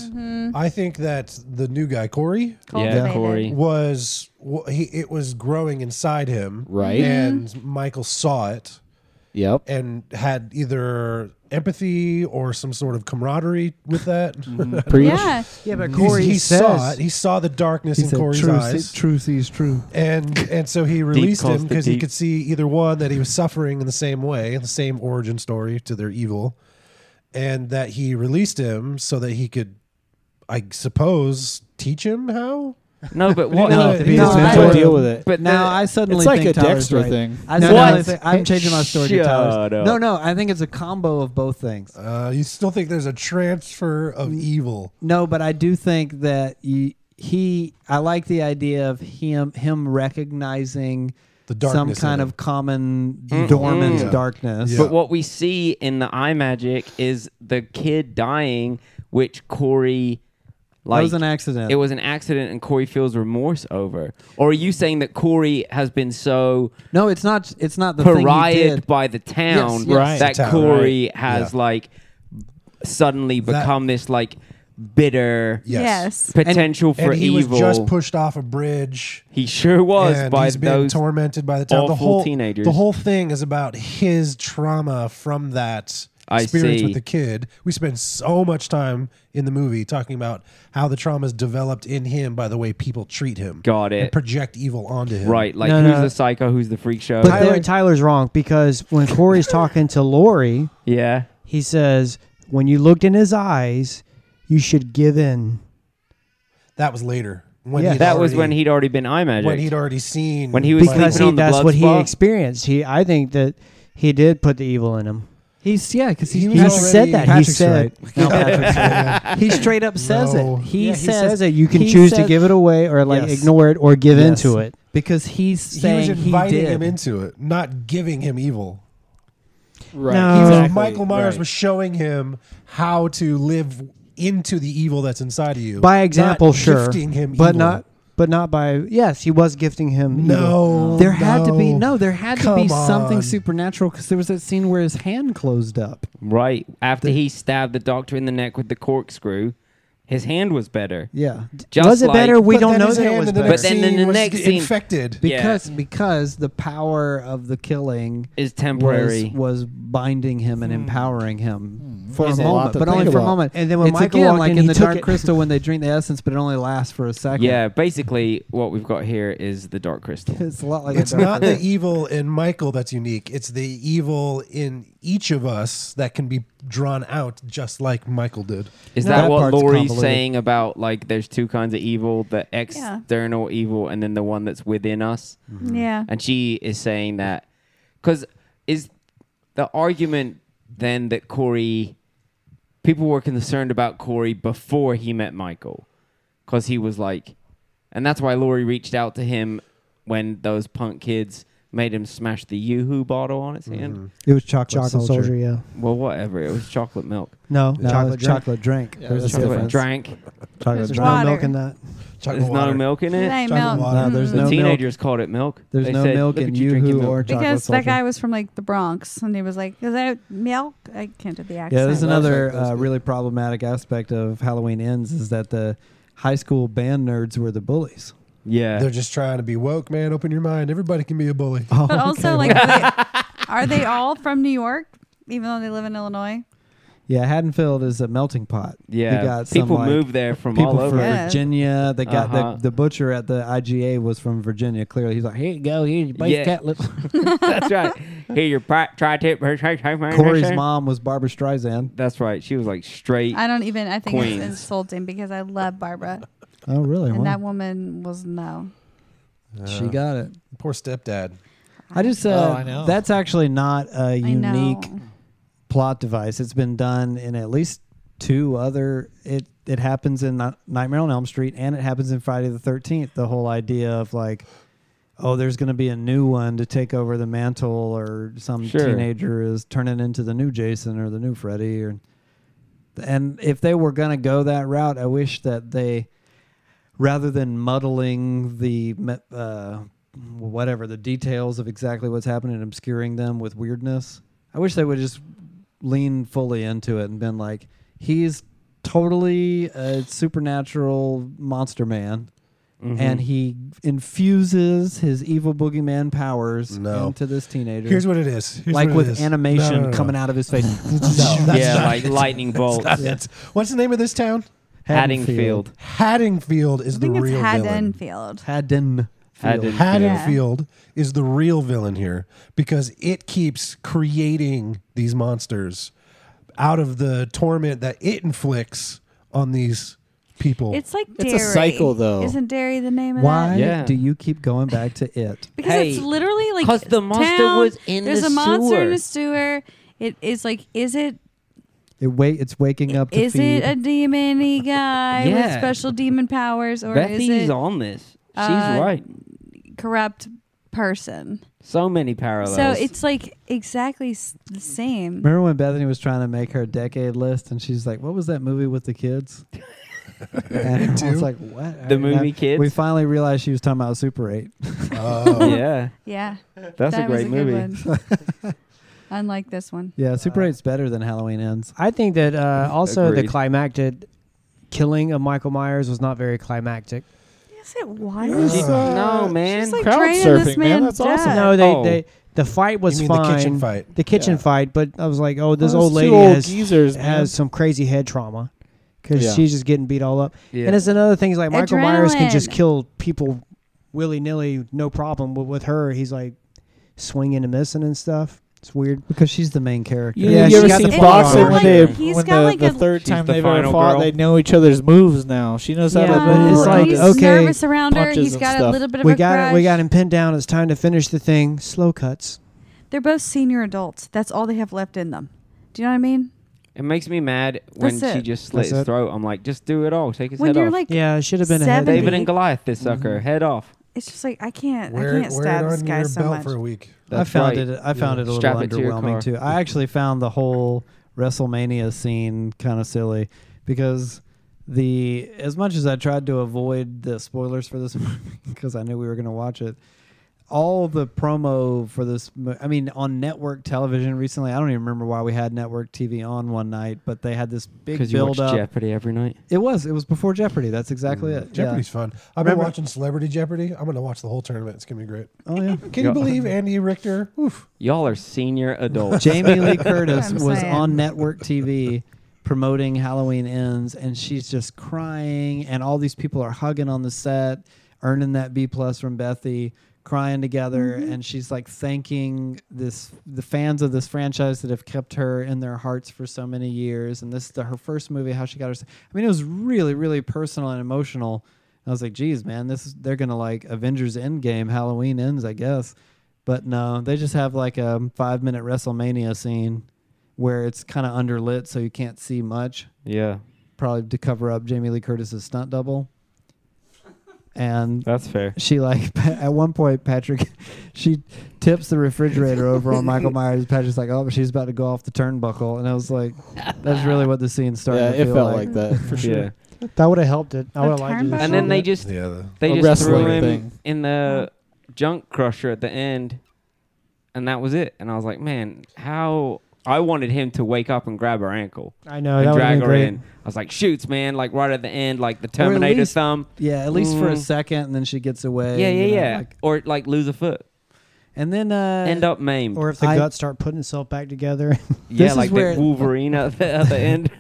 I think that the new guy Corey Yeah, Cultivated. Mm-hmm. Corey. was wa- he it was growing inside him, Right. And Michael saw it Yep. and had either empathy or some sort of camaraderie with that. Mm-hmm. yeah, Yeah, but He's- Corey he says, saw it. He saw the darkness He in said, Corey's "True, eyes, see- true sees true. and and so he released calls him to because he deep. could see either one that he was suffering in the same way, the same origin story to their evil, and that he released him so that he could, I suppose, teach him how. No, but what? No, to be no, his I- mentor. Don't deal with it. But now the- I suddenly it's like think a Tyler's Dexter right. thing. I No, suddenly what? think, I'm changing my story to Shut Tyler's. up. No, no, I think it's a combo of both things. Uh, you still think there's a transfer of evil? No, but I do think that y- he. I like the idea of him him recognizing The some darkness in kind him. of common dormant Yeah. darkness. Yeah. But what we see in the eye magic is the kid dying, which Corey that like was an accident. it was an accident, and Corey feels remorse over. Or are you saying that Corey has been so no, it's not. It's not the thing he pariahed did. by the town Yes, yes. Right. that The town, Corey right. has Yeah. like suddenly That- become this like bitter yes. potential for and he evil. was just pushed off a bridge. he sure was and by he's been those tormented by the town. The awful whole teenagers. The whole thing is about his trauma from that I experience see. with the kid. We spend so much time in the movie talking about how the trauma's developed in him by the way people treat him. Got And it. project evil onto him. Right, like No, who's no. the psycho, who's the freak show? but Tyler- there- Tyler's wrong because when Corey's talking to Lori, yeah. he says, "When you looked in his eyes, you should give in." That was later. When Yeah. he'd That was when already- he'd already been eye magic. when he'd already seen When he was because sleeping he, on the that's blood what he spot? experienced. He, I think that he did put the evil in him. He's yeah, because He he, was He already- said that. Patrick's he said right. No, Patrick's right. He straight up says No. it. He, Yeah, says, that you can he choose to said- give it away or like Yes. ignore it or give Yes. into it. because he's he was saying he, inviting did. him into it, not giving him evil. Right. No. He was- Um, Exactly, Michael Myers right. was showing him how to live into the evil that's inside of you. By example, not sure, gifting him but evil. not but not by yes, he was gifting him. evil. No, There had to be no. no. There had to Come be something on. supernatural because there was that scene where his hand closed up. Right. After he stabbed the doctor in the neck with the corkscrew, his hand was better. Yeah, Just was it like- better? We But don't then know his that it hand was in the better. next But then in scene the was next g- scene- infected. because because the power of the killing Is was, temporary. was binding him Hmm. and empowering him for a There's a lot moment, to but only think for a about. moment. And then when it's Michael again walked like in, in he the took Dark it. Crystal when they drink the essence, but it only lasts for a second. yeah, basically what we've got here is the dark crystal. it's a lot like it's a dark not crystal. the evil in Michael that's unique. It's the evil in each of us that can be drawn out, just like Michael did. Is No, that, that what part's Lori's convoluted. saying about like there's two kinds of evil, the external evil and then the one that's within us? Mm-hmm. Yeah. And she is saying that because is the argument then that Corey, people were concerned about Corey before he met Michael because he was like, and that's why Lori reached out to him when those punk kids made him smash the yoo-hoo bottle on its Mm-hmm. hand. It was chocolate, Chocolate soldier. yeah. Mm-hmm. Well, whatever. It was chocolate milk. No, No, chocolate, chocolate drink. chocolate drink. Yeah, There's that's a what I Chocolate difference. drink. Chocolate drink. There's There's no Water. milk in that. Chocolate There's no water. milk in It it. ain't Chocolate milk. water. No, there's The no milk. teenagers called it milk. There's They no said, milk "Look in at you you drinking who milk." or chocolate Because soldier. that guy was from like the Bronx, and he was like, "Is that milk?" I can't do the accent. Yeah, there's That's another like those uh, good- really problematic aspect of Halloween Ends is that the high school band nerds were the bullies. Yeah. They're just trying to be woke, man. Open your mind. Everybody can be a bully. But also, like, are they, are they all from New York, even though they live in Illinois? Yeah, Haddonfield is a melting pot. Yeah, you got some, people like, move there from people all over. from Yeah. Virginia. They got Uh-huh. the, the butcher at the IGA was from Virginia. Clearly, he's like, here you go, here's your beef Yeah. cutlets. That's right. Here, your tri tip. Corey's mom was Barbara Streisand. That's right. She was like straight. I don't even. I think E Queens. it's insulting because I love Barbara, Oh, really? and Wow. that woman was no. she got it. Poor stepdad. I just uh, Oh, I know. that's actually not a I know. unique plot device. It's been done in at least two other. It it happens in Ni- Nightmare on Elm Street and it happens in Friday the Thirteenth. The whole idea of like, oh, there's going to be a new one to take over the mantle, or some Sure. teenager is turning into the new Jason or the new Freddy, or and if they were going to go that route, I wish that they rather than muddling the me- uh, whatever the details of exactly what's happening and obscuring them with weirdness, I wish they would just lean fully into it and been like, he's totally a supernatural monster man. And he infuses his evil boogeyman powers No. into this teenager, Here's what it is. Here's like what it with is. animation No, no, no, no. coming out of his face. That's yeah, not like lightning bolts. That's- What's the name of this town? Haddingfield. Haddingfield is I the think it's real villain. Haddonfield. Haddon. Haddon- Haddonfield is the real villain here because it keeps creating these monsters out of the torment that it inflicts on these people. It's like It's dairy. a cycle, though. Isn't dairy the name of Why that? Yeah. do you keep going back to it? Because it's Hey, literally like 'cause the monster town, was in There's the a monster in sewer. a sewer. It is like, is it It wait, it's waking up. To is feed. it a demony guy with Yeah. special demon powers, or is Bethy's it on this. She's uh, right. corrupt person? So many parallels. So it's like exactly s- the same. Remember when Bethany was trying to make her decade list, and she's like, "What was that movie with the kids?" and I was like, "What?" The And I- movie Kids? We finally realized she was talking about Super Eight. Oh. yeah, Yeah, that's that a great was a movie. good one. Unlike this one. Yeah, Super Eight's better than Halloween Ends. I think that uh, also Agreed. the climactic killing of Michael Myers was not very climactic. Yes, it was. She- no man, She's like crowd draining surfing, this man, man. that's awesome. No, they, Oh. they the fight was you mean fine. the kitchen fight? The kitchen Yeah. fight, but I was like, oh, this Those old two lady old has geezers, man. has some crazy head trauma because Yeah. she's just getting beat all up. Yeah. And it's another thing. Like Michael Myers can just Adrenaline. kill people willy nilly, no problem. But with her, he's like swinging and missing and stuff. It's weird. Because she's the main character. You, Yeah, you she ever got seen the boxing forearm. when they He's when got the, like the a- third She's time the they've ever final fought, girl. they know each other's moves now. She knows how Yeah, to but move it's around like, he's it. okay, nervous around her. punches He's and got a stuff. little bit of We a got crush. it. We got him pinned down. It's time to finish the thing. Slow cuts. They're both senior adults. That's all they have left in them. Do you know what I mean? It makes me mad when That's she it. just slit That's his it. throat. I'm like, just do it all. Take his When head you're off. like, Yeah, it should have been a head. Seven. David and Goliath, this sucker, head off. it's just like I can't, Wear it- I can't wear stab it this on guy your so belt much. for a week. I That's found right. it. I found it a little Strap it to your underwhelming car. too. I actually found the whole WrestleMania scene kind of silly because the as much as I tried to avoid the spoilers for this because I knew we were going to watch it. All the promo for this, mo- I mean, on network television recently, I don't even remember why we had network TV on one night, but they had this big Because you watch build up. Jeopardy every night. It was, it was before Jeopardy. That's Mm. exactly it. Yeah. Jeopardy's fun. I've been watching Celebrity Jeopardy. I'm going to watch the whole tournament. It's going to be great. Oh, yeah. Can you Yeah. believe Andy Richter? Oof. Y'all are senior adults. Jamie Lee Curtis I'm was saying. on network TV promoting Halloween Ends, and she's just crying, and all these people are hugging on the set, earning that B plus from Bethy, crying together, and she's like thanking this the fans of this franchise that have kept her in their hearts for so many years, and this is the, her first movie. How she got her, I mean, it was really, really personal and emotional. I was like, geez, man, this is, they're gonna like Avengers Endgame, Halloween ends, I guess. But no, they just have like a five minute WrestleMania scene where it's kind of underlit, so you can't see much, yeah, probably to cover up Jamie Lee Curtis's stunt double. And that's fair. she like at one point Patrick, she tips the refrigerator over on Michael Myers. Patrick's like, oh, she's about to go off the turnbuckle, and I was like, that's really what the scene started. Yeah, to it feel felt like. like that for sure. Yeah. That would have helped it. I The would have liked it. turnbuckle? And then they just Yeah. The, they A just threw wrestling him thing. in the junk crusher at the end, and that was it. And I was like, man, how? I wanted him to wake up and grab her ankle I Oh, know and that would have been drag her great. in. I was like, shoots, man, like right at the end, like the Terminator least- thumb. yeah, at least for a Mm. second, and then she gets away. Yeah, yeah, you know, yeah. like- or like lose a foot. And then, uh, End up maimed. or if the I- guts start putting itself back together, this yeah, is like where- that Wolverine at the other end.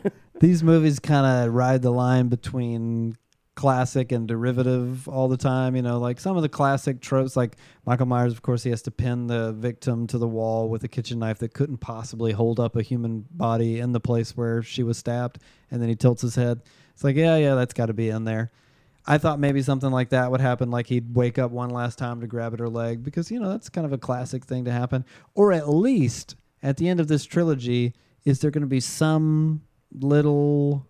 These movies kind of ride the line between classic and derivative all the time. You know, like some of the classic tropes, like Michael Myers, of course, he has to pin the victim to the wall with a kitchen knife that couldn't possibly hold up a human body in the place where she was stabbed. And then he tilts his head. It's like, yeah, yeah, that's got to be in there. I thought maybe something like that would happen, like he'd wake up one last time to grab at her leg, because, you know, that's kind of a classic thing to happen. Or at least at the end of this trilogy, is there going to be some little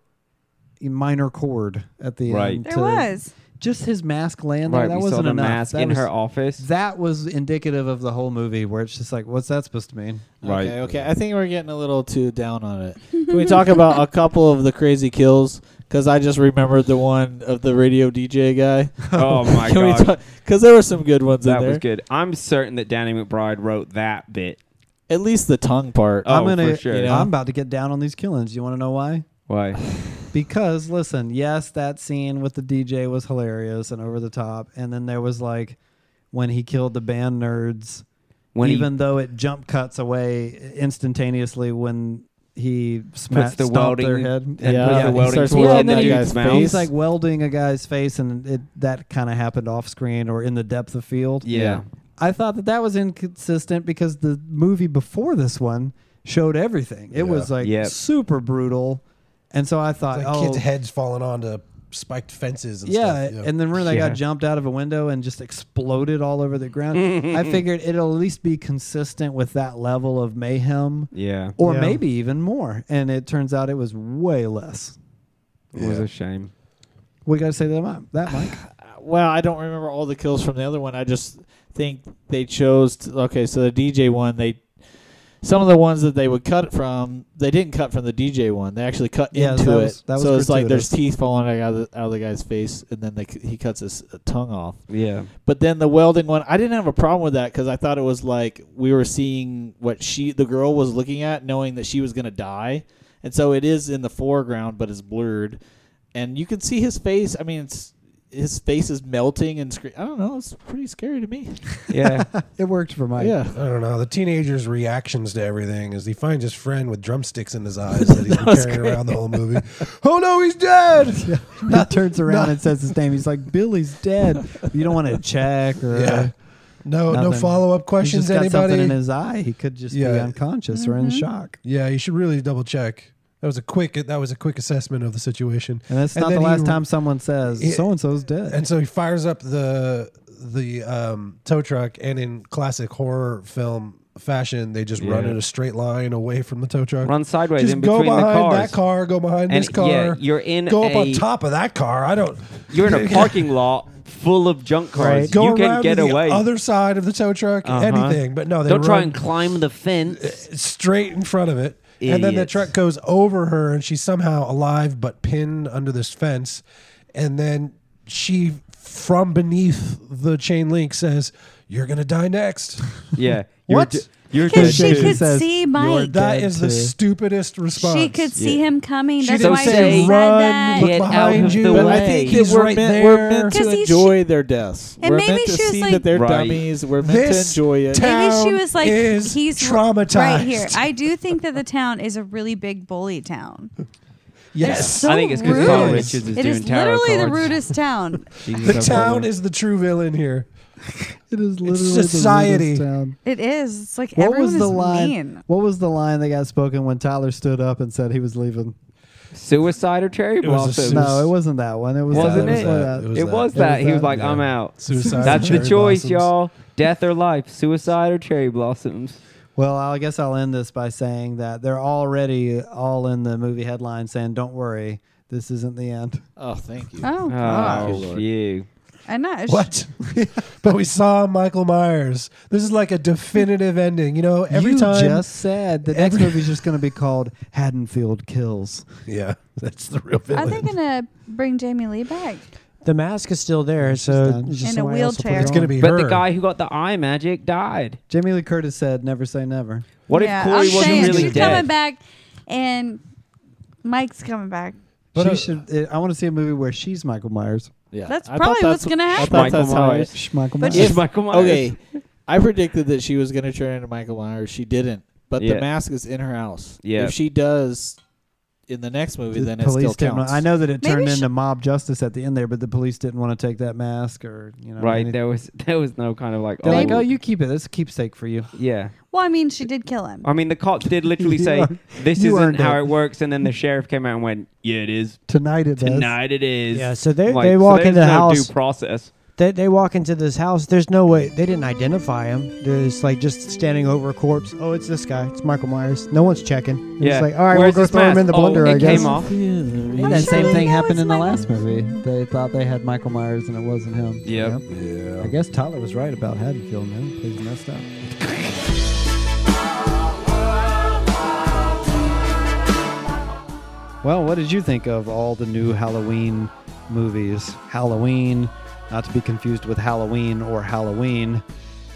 minor chord at the Right. end? There to- was. Just his mask laying there. right, that we wasn't saw the enough. mask that in was, her office. that was indicative of the whole movie, where it's just like, what's that supposed to mean? Right. Okay, okay. I think we're getting a little too down on it. Can we talk about a couple of the crazy kills? Because I just remembered the one of the radio DJ guy. oh my Can we god, talk? Because there were some good ones that in there. was good. I'm certain that Danny McBride wrote that bit. At least the tongue part. Oh, I'm gonna, for sure. you know? I'm about to get down on these killings. You want to know why? Why? Because listen, yes, that scene with the DJ was hilarious and over the top, and then there was like when he killed the band nerds, When he- even though it jump cuts away instantaneously when he smashed Puts the welding their head. and Yeah, puts yeah, the he welding starts tool welding in that the guy's dude's mouth. He's like welding a guy's face, and it, that kind of happened off screen or in the depth of field. yeah. I thought that that was inconsistent because the movie before this one showed everything. It was like Yep. super brutal, and so I thought, Like oh, kids' heads falling onto spiked fences and yeah. stuff. And then remember that guy Yeah. jumped out of a window and just exploded all over the ground. I figured it'll at least be consistent with that level of mayhem, yeah, or Yeah. maybe even more. And it turns out it was way less. It was Yeah. a shame. We got to say that, Mi- that Mike. well, I don't remember all the kills from the other one. I just think they chose. To, okay, so the DJ one, they some of the ones that they would cut from, they didn't cut from the DJ one. They actually cut Yeah, into that it. was- that was so it's like there's gratuitous. teeth falling out of, the, out of the guy's face, and then they, c- he cuts his uh, tongue off. Yeah, But then the welding one, I didn't have a problem with that because I thought it was like we were seeing what she, the girl, was looking at, knowing that she was gonna die, and so it is in the foreground, but it's blurred, and you can see his face. I mean, it's his face is melting and scre- I don't know. It's pretty scary to me. yeah. It worked for Mike. yeah, I don't know. The teenager's reactions to everything is he finds his friend with drumsticks in his eyes that he's been was carrying around the whole movie. Oh no, he's dead! he turns around and says his name. He's like, Billy's dead. You don't want to check or. Yeah. No, no Nothing. follow up He's questions. just got something Anybody? Mm-hmm. in his eye. He could just be Yeah. unconscious or in shock. yeah, you should really double check. That was a quick. That was a quick assessment of the situation. And that's And not the then he- last time someone He- says so and so's dead. And so he fires up the the um, tow truck, and in classic horror film fashion, they just run Yeah. in a straight line away from the tow truck. Run sideways just in go between the behind cars. that car, go behind And this car. yeah, you're in go up on a- top of that car. I don't. You're in a parking lot full of junk cars. Go you around can get to the away. other side of the tow truck. Uh-huh. Anything, but no, they Don't run try and climb the fence. Uh, straight in front of it. And then the Idiots. truck goes over her, and she's somehow alive but pinned under this fence. And then she, from beneath the chain link, says, "You're gonna die next." Yeah. What? You're, d- you're Because dead she too. could says, see "You're Mike. dead." That is the too. stupidest response. She could see Yeah. him coming. She That's didn't why she say said run, that. look Get behind out of you. the but way. I think that He's we're right meant there. we're meant to 'Cause he's enjoy their deaths. And we're maybe meant to she was see like- that they're Right. dummies. We're meant to This enjoy it. town Maybe she was like, is he's traumatized. Right here. I do think that the town is a really big bully town. yes, so I think it's because rude. Paul It Richards is. is it doing is tarot literally the cards. rudest town. Jesus, the that's town horrible. is the true villain here. It is literally the society. weirdest town. It is. It's like What everyone was the is line? mean. What was the line that got spoken when Tyler stood up and said he was leaving? suicide or cherry It was a blossom. It no, was- it wasn't that one. It was Wasn't that, was It it? that. was It that. was It that. was He was that. like, I'm Yeah. out. Suicide. That's the Cherry choice, Blossoms. y'all. Death or life, suicide or cherry blossoms. Well, I guess I'll end this by saying that they're already all in the movie headline saying, "Don't worry, this isn't the end." oh, thank you. Oh, Ah, God. Oh, phew. And that is What? but we saw Michael Myers. This is like a definitive ending. You know, every you time. just said the next every- movie's just going to be called Haddonfield Kills. yeah, that's the real Are villain. they going to bring Jamie Lee back? the mask is still there, so done. just In a somebody else will put wheelchair. it it's going to be on. But her. the guy who got the eye magic died. Jamie Lee Curtis said, "Never say never." What Yeah, if Corey I'm wasn't saying, really she's dead? coming back, and Mike's coming back. But, she uh, should. I want to see a movie where she's Michael Myers. Yeah, That's I thought probably that's- what's gonna I happen. thought that's Michael how Myers. it- Sh- Michael But Myers. It's Michael Myers. Okay. I predicted that she was going to turn into Michael Myers. She didn't. But Yeah. the mask is in her house. Yeah. If she does in the next movie, The then it still didn't. counts. I know that it Maybe turned she- into mob justice at the end there, but the police didn't want to take that mask or you know. right? anything. There was there was no kind of like They're like, oh oh, you keep it. That's a keepsake for you. yeah. Well, I mean, she did kill him. I mean, the cops did literally You say earned- this you isn't earned how it." it works, and then the sheriff came out and went, yeah, it is Tonight it does. tonight. It is. Yeah, so they, Like, they so walk there's into the no house. Due process. They, they walk into this house. There's no way they didn't identify him. There's like just standing over a corpse. Oh, it's this guy. It's Michael Myers. No one's checking. And Yeah. It's like all right, Where's we'll go his throw him mask? in the Oh, blender. it I guess. came off. I'm that sure same you thing know happened it's in the Michael. last movie. They thought they had Michael Myers and it wasn't him. Yeah. I guess Tyler was right about Haddonfield, man. Please messed up. well, what did you think of all the new Halloween movies? Halloween, not to be confused with Halloween or Halloween.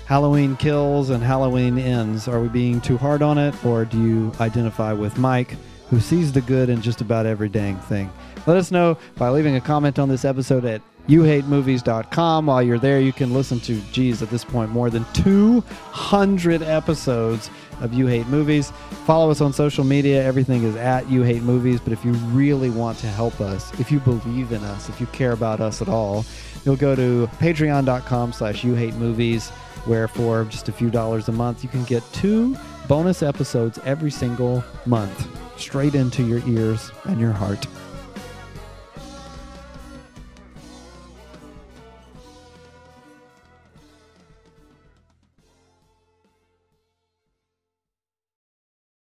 Halloween kills and Halloween ends. Are we being too hard on it, or do you identify with Mike, who sees the good in just about every dang thing? Let us know by leaving a comment on this episode at youhatemovies.com. While you're there, you can listen to, geez, at this point, more than 200 episodes of You Hate Movies. Follow us on social media. Everything is at You Hate Movies. But if you really want to help us, if you believe in us, if you care about us at all, you'll go to patreon.com slash You Hate Movies where for just a few dollars a month you can get two bonus episodes every single month straight into your ears and your heart